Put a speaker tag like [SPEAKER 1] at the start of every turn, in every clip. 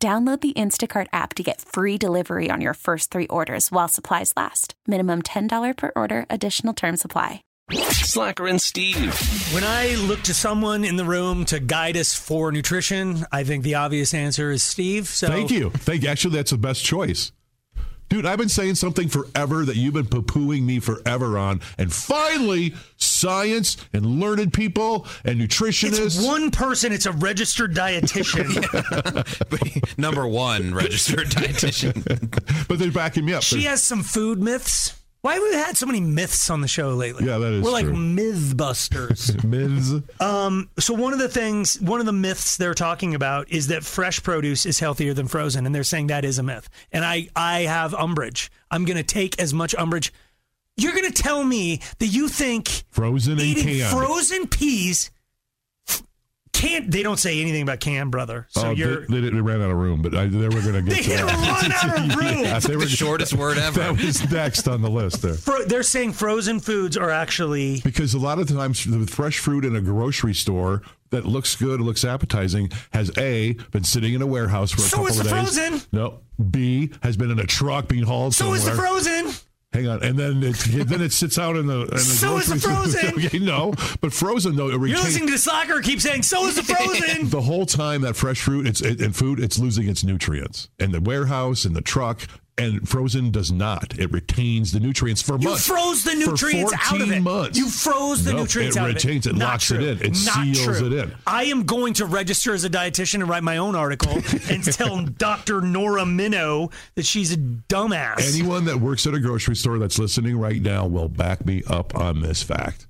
[SPEAKER 1] Download the Instacart app to get free delivery on your first three orders while supplies last. Minimum $10 per order, additional term supply.
[SPEAKER 2] Slacker and Steve.
[SPEAKER 3] When I look to someone in the room to guide us for nutrition, I think the obvious answer is Steve. So
[SPEAKER 4] Thank you. Thank you. Actually, that's the best choice. Dude, I've been saying something forever that you've been poo pooing me forever on. And finally, science and learned people and nutritionists.
[SPEAKER 3] It's one person, it's a registered dietitian.
[SPEAKER 5] Number one registered dietitian.
[SPEAKER 4] But they're backing me up.
[SPEAKER 3] she
[SPEAKER 4] They're-
[SPEAKER 3] has some food myths. Why have we had so many myths on the show lately?
[SPEAKER 4] Yeah, that is
[SPEAKER 3] We're like
[SPEAKER 4] true.
[SPEAKER 3] mythbusters.
[SPEAKER 4] Ms.
[SPEAKER 3] So one of the things, one of the myths they're talking about is that fresh produce is healthier than frozen, and they're saying that is a myth. And I, I have umbrage. I'm going to take as much umbrage. You're going to tell me that you think
[SPEAKER 4] Frozen and
[SPEAKER 3] eating
[SPEAKER 4] canned.
[SPEAKER 3] frozen peas f- can't. They don't say anything about canned, brother. So
[SPEAKER 4] Oh, they,
[SPEAKER 3] you're.
[SPEAKER 4] they, didn't- they ran out of room, but I, they were going to
[SPEAKER 3] They
[SPEAKER 4] get
[SPEAKER 3] had
[SPEAKER 4] to
[SPEAKER 3] run out of room.
[SPEAKER 4] Yeah, they were-
[SPEAKER 5] the shortest word ever.
[SPEAKER 4] That was next on the list there.
[SPEAKER 3] Fro- they're saying frozen foods are actually
[SPEAKER 4] Because a lot of times, the fresh fruit in a grocery store that looks good, looks appetizing, has A, been sitting in a warehouse for a
[SPEAKER 3] So
[SPEAKER 4] couple
[SPEAKER 3] is
[SPEAKER 4] of
[SPEAKER 3] the
[SPEAKER 4] days.
[SPEAKER 3] frozen.
[SPEAKER 4] No. B, has been in a truck being hauled
[SPEAKER 3] so
[SPEAKER 4] somewhere.
[SPEAKER 3] is the frozen.
[SPEAKER 4] Hang on, and then it then it sits out in the. In the
[SPEAKER 3] So is the
[SPEAKER 4] grocery store.
[SPEAKER 3] frozen.
[SPEAKER 4] okay, no, but frozen though it
[SPEAKER 3] You're
[SPEAKER 4] retains
[SPEAKER 3] listening to soccer. Keep saying so is the frozen.
[SPEAKER 4] the whole time that fresh fruit it's it, and food it's losing its nutrients in the warehouse in the truck. And frozen does not. It retains the nutrients for
[SPEAKER 3] You
[SPEAKER 4] months.
[SPEAKER 3] froze the
[SPEAKER 4] For
[SPEAKER 3] nutrients out of
[SPEAKER 4] 14
[SPEAKER 3] it.
[SPEAKER 4] months.
[SPEAKER 3] You froze the
[SPEAKER 4] No,
[SPEAKER 3] nutrients
[SPEAKER 4] it
[SPEAKER 3] out
[SPEAKER 4] retains
[SPEAKER 3] of
[SPEAKER 4] it.
[SPEAKER 3] it. Not
[SPEAKER 4] locks
[SPEAKER 3] true.
[SPEAKER 4] it in. It
[SPEAKER 3] Not
[SPEAKER 4] seals
[SPEAKER 3] true.
[SPEAKER 4] it in.
[SPEAKER 3] I am going to register as a dietitian and write my own article and tell Dr. Nora Minow that she's a dumbass.
[SPEAKER 4] Anyone that works at a grocery store that's listening right now will back me up on this fact.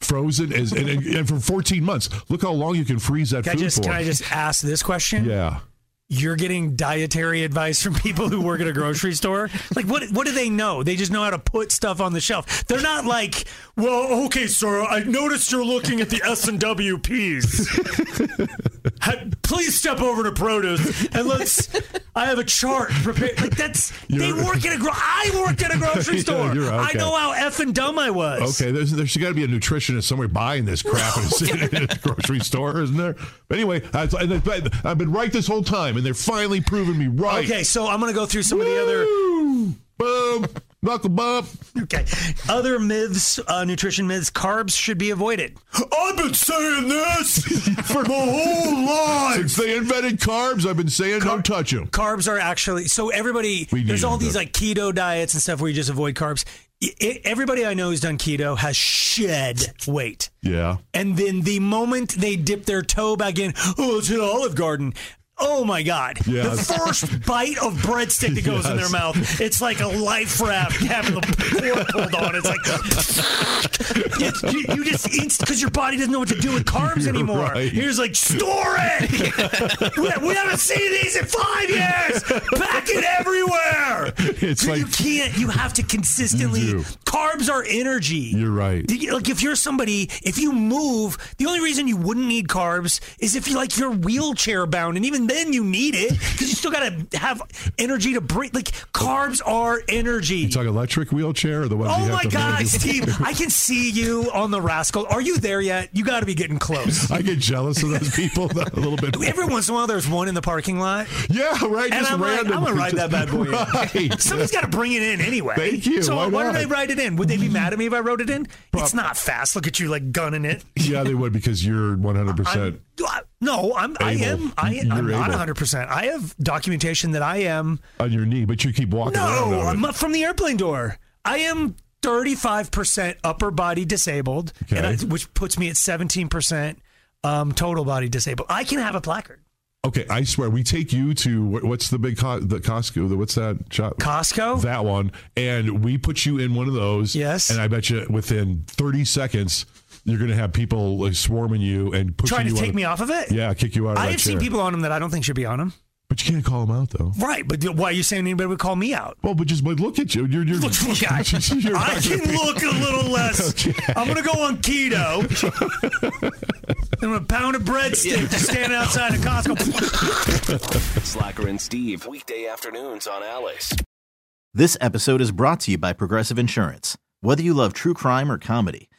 [SPEAKER 4] Frozen is and, and, and for 14 months. Look how long you can freeze that
[SPEAKER 3] can I
[SPEAKER 4] food
[SPEAKER 3] just
[SPEAKER 4] for.
[SPEAKER 3] can I just ask this question?
[SPEAKER 4] yeah.
[SPEAKER 3] You're getting dietary advice from people who work at a grocery store. Like what what do they know? They just know how to put stuff on the shelf. They're not like, well, okay, sir, I noticed you're looking at the S and W P's. Ha- Please step over to produce and let's. I have a chart prepared. Like that's they
[SPEAKER 4] You're-
[SPEAKER 3] work at a. Gro- I worked at a grocery
[SPEAKER 4] Yeah,
[SPEAKER 3] store.
[SPEAKER 4] you're
[SPEAKER 3] I
[SPEAKER 4] okay.
[SPEAKER 3] know how effing dumb I was.
[SPEAKER 4] Okay, there's, there's got to be a nutritionist somewhere buying this crap and seeing it in a grocery store, isn't there? But anyway, I, I, I've been right this whole time, and they're finally proving me right.
[SPEAKER 3] Okay, so I'm gonna go through some of the other
[SPEAKER 4] Woo! Boom. Knuckle bump.
[SPEAKER 3] Okay. Other myths, uh, nutrition myths, carbs should be avoided.
[SPEAKER 4] I've been saying this for the whole life. Since they invented carbs, I've been saying don't touch them.
[SPEAKER 3] Carbs are actually so everybody.
[SPEAKER 4] We need
[SPEAKER 3] There's all
[SPEAKER 4] them,
[SPEAKER 3] these
[SPEAKER 4] though.
[SPEAKER 3] like keto diets and stuff where you just avoid carbs. I I- everybody I know who's done keto has shed weight.
[SPEAKER 4] Yeah.
[SPEAKER 3] And then the moment they dip their toe back in, oh, it's an Olive Garden. Oh my God.
[SPEAKER 4] Yes.
[SPEAKER 3] The first bite of breadstick that goes in their
[SPEAKER 4] Yes.
[SPEAKER 3] mouth, it's like a life raft having the cork pulled on. It's like, you, you just, because your body doesn't know what to do with carbs
[SPEAKER 4] You're
[SPEAKER 3] anymore.
[SPEAKER 4] right.
[SPEAKER 3] You're just like, store it. we, we haven't seen these in five years. Pack it everywhere.
[SPEAKER 4] It's
[SPEAKER 3] you
[SPEAKER 4] like-
[SPEAKER 3] can't, you have to consistently,
[SPEAKER 4] do.
[SPEAKER 3] carbs are energy.
[SPEAKER 4] You're right.
[SPEAKER 3] Do you- Like if you're somebody, if you move, the only reason you wouldn't need carbs is if you like you're wheelchair bound, and even then you need it because you still gotta have energy to breathe. Like carbs are energy.
[SPEAKER 4] You talk electric wheelchair or the ones you
[SPEAKER 3] Oh
[SPEAKER 4] have
[SPEAKER 3] my
[SPEAKER 4] to
[SPEAKER 3] God,
[SPEAKER 4] move?
[SPEAKER 3] Steve! I can see you on the rascal. Are you there yet? You got to be getting close.
[SPEAKER 4] I get jealous of those people a little bit.
[SPEAKER 3] Every once in a while, there's one in the parking lot.
[SPEAKER 4] Yeah, right.
[SPEAKER 3] And
[SPEAKER 4] just
[SPEAKER 3] I'm like,
[SPEAKER 4] random.
[SPEAKER 3] I'm gonna ride that bad boy in.
[SPEAKER 4] Right.
[SPEAKER 3] Somebody's got to bring it in anyway.
[SPEAKER 4] Thank you.
[SPEAKER 3] So
[SPEAKER 4] Why
[SPEAKER 3] why,
[SPEAKER 4] not?
[SPEAKER 3] did I write it in? Would they be mad at me if I wrote it in? It's not fast. Look at you, like gunning it.
[SPEAKER 4] Yeah, they would because you're 100. percent
[SPEAKER 3] I'm, I- no, I'm. I
[SPEAKER 4] Able.
[SPEAKER 3] am. I,
[SPEAKER 4] You're
[SPEAKER 3] I'm not
[SPEAKER 4] able.
[SPEAKER 3] 100. percent I have documentation that I am.
[SPEAKER 4] on your knee, but you keep walking around.
[SPEAKER 3] No,
[SPEAKER 4] on
[SPEAKER 3] I'm
[SPEAKER 4] it.
[SPEAKER 3] up from the airplane door. I am 35 percent upper body disabled, and I,
[SPEAKER 4] Okay.
[SPEAKER 3] which puts me at 17 percent um, total body disabled. I can have a placard.
[SPEAKER 4] Okay, I swear we take you to what- what's the big co- the Costco? The, what's that shop?
[SPEAKER 3] Costco.
[SPEAKER 4] that one, and we put you in one of those.
[SPEAKER 3] Yes.
[SPEAKER 4] and I bet you within 30 seconds you're going to have people like, swarming you and pushing
[SPEAKER 3] trying
[SPEAKER 4] you
[SPEAKER 3] to
[SPEAKER 4] out
[SPEAKER 3] take
[SPEAKER 4] of-
[SPEAKER 3] me off of it.
[SPEAKER 4] Yeah, kick you out of
[SPEAKER 3] I
[SPEAKER 4] that
[SPEAKER 3] have seen
[SPEAKER 4] chair.
[SPEAKER 3] people on them that I don't think should be on them.
[SPEAKER 4] But you can't call them out though.
[SPEAKER 3] Right, but why are you saying anybody would call me out?
[SPEAKER 4] Well, but just by look at you, you're you're.
[SPEAKER 3] Look, I,
[SPEAKER 4] you're not
[SPEAKER 3] I
[SPEAKER 4] gonna
[SPEAKER 3] can
[SPEAKER 4] be-
[SPEAKER 3] look a little less. I'm gonna go on keto. I'm gonna pound a breadstick just standing outside of Costco.
[SPEAKER 2] Slacker and Steve, weekday afternoons on Alice.
[SPEAKER 6] This episode is brought to you by Progressive Insurance. Whether you love true crime or comedy,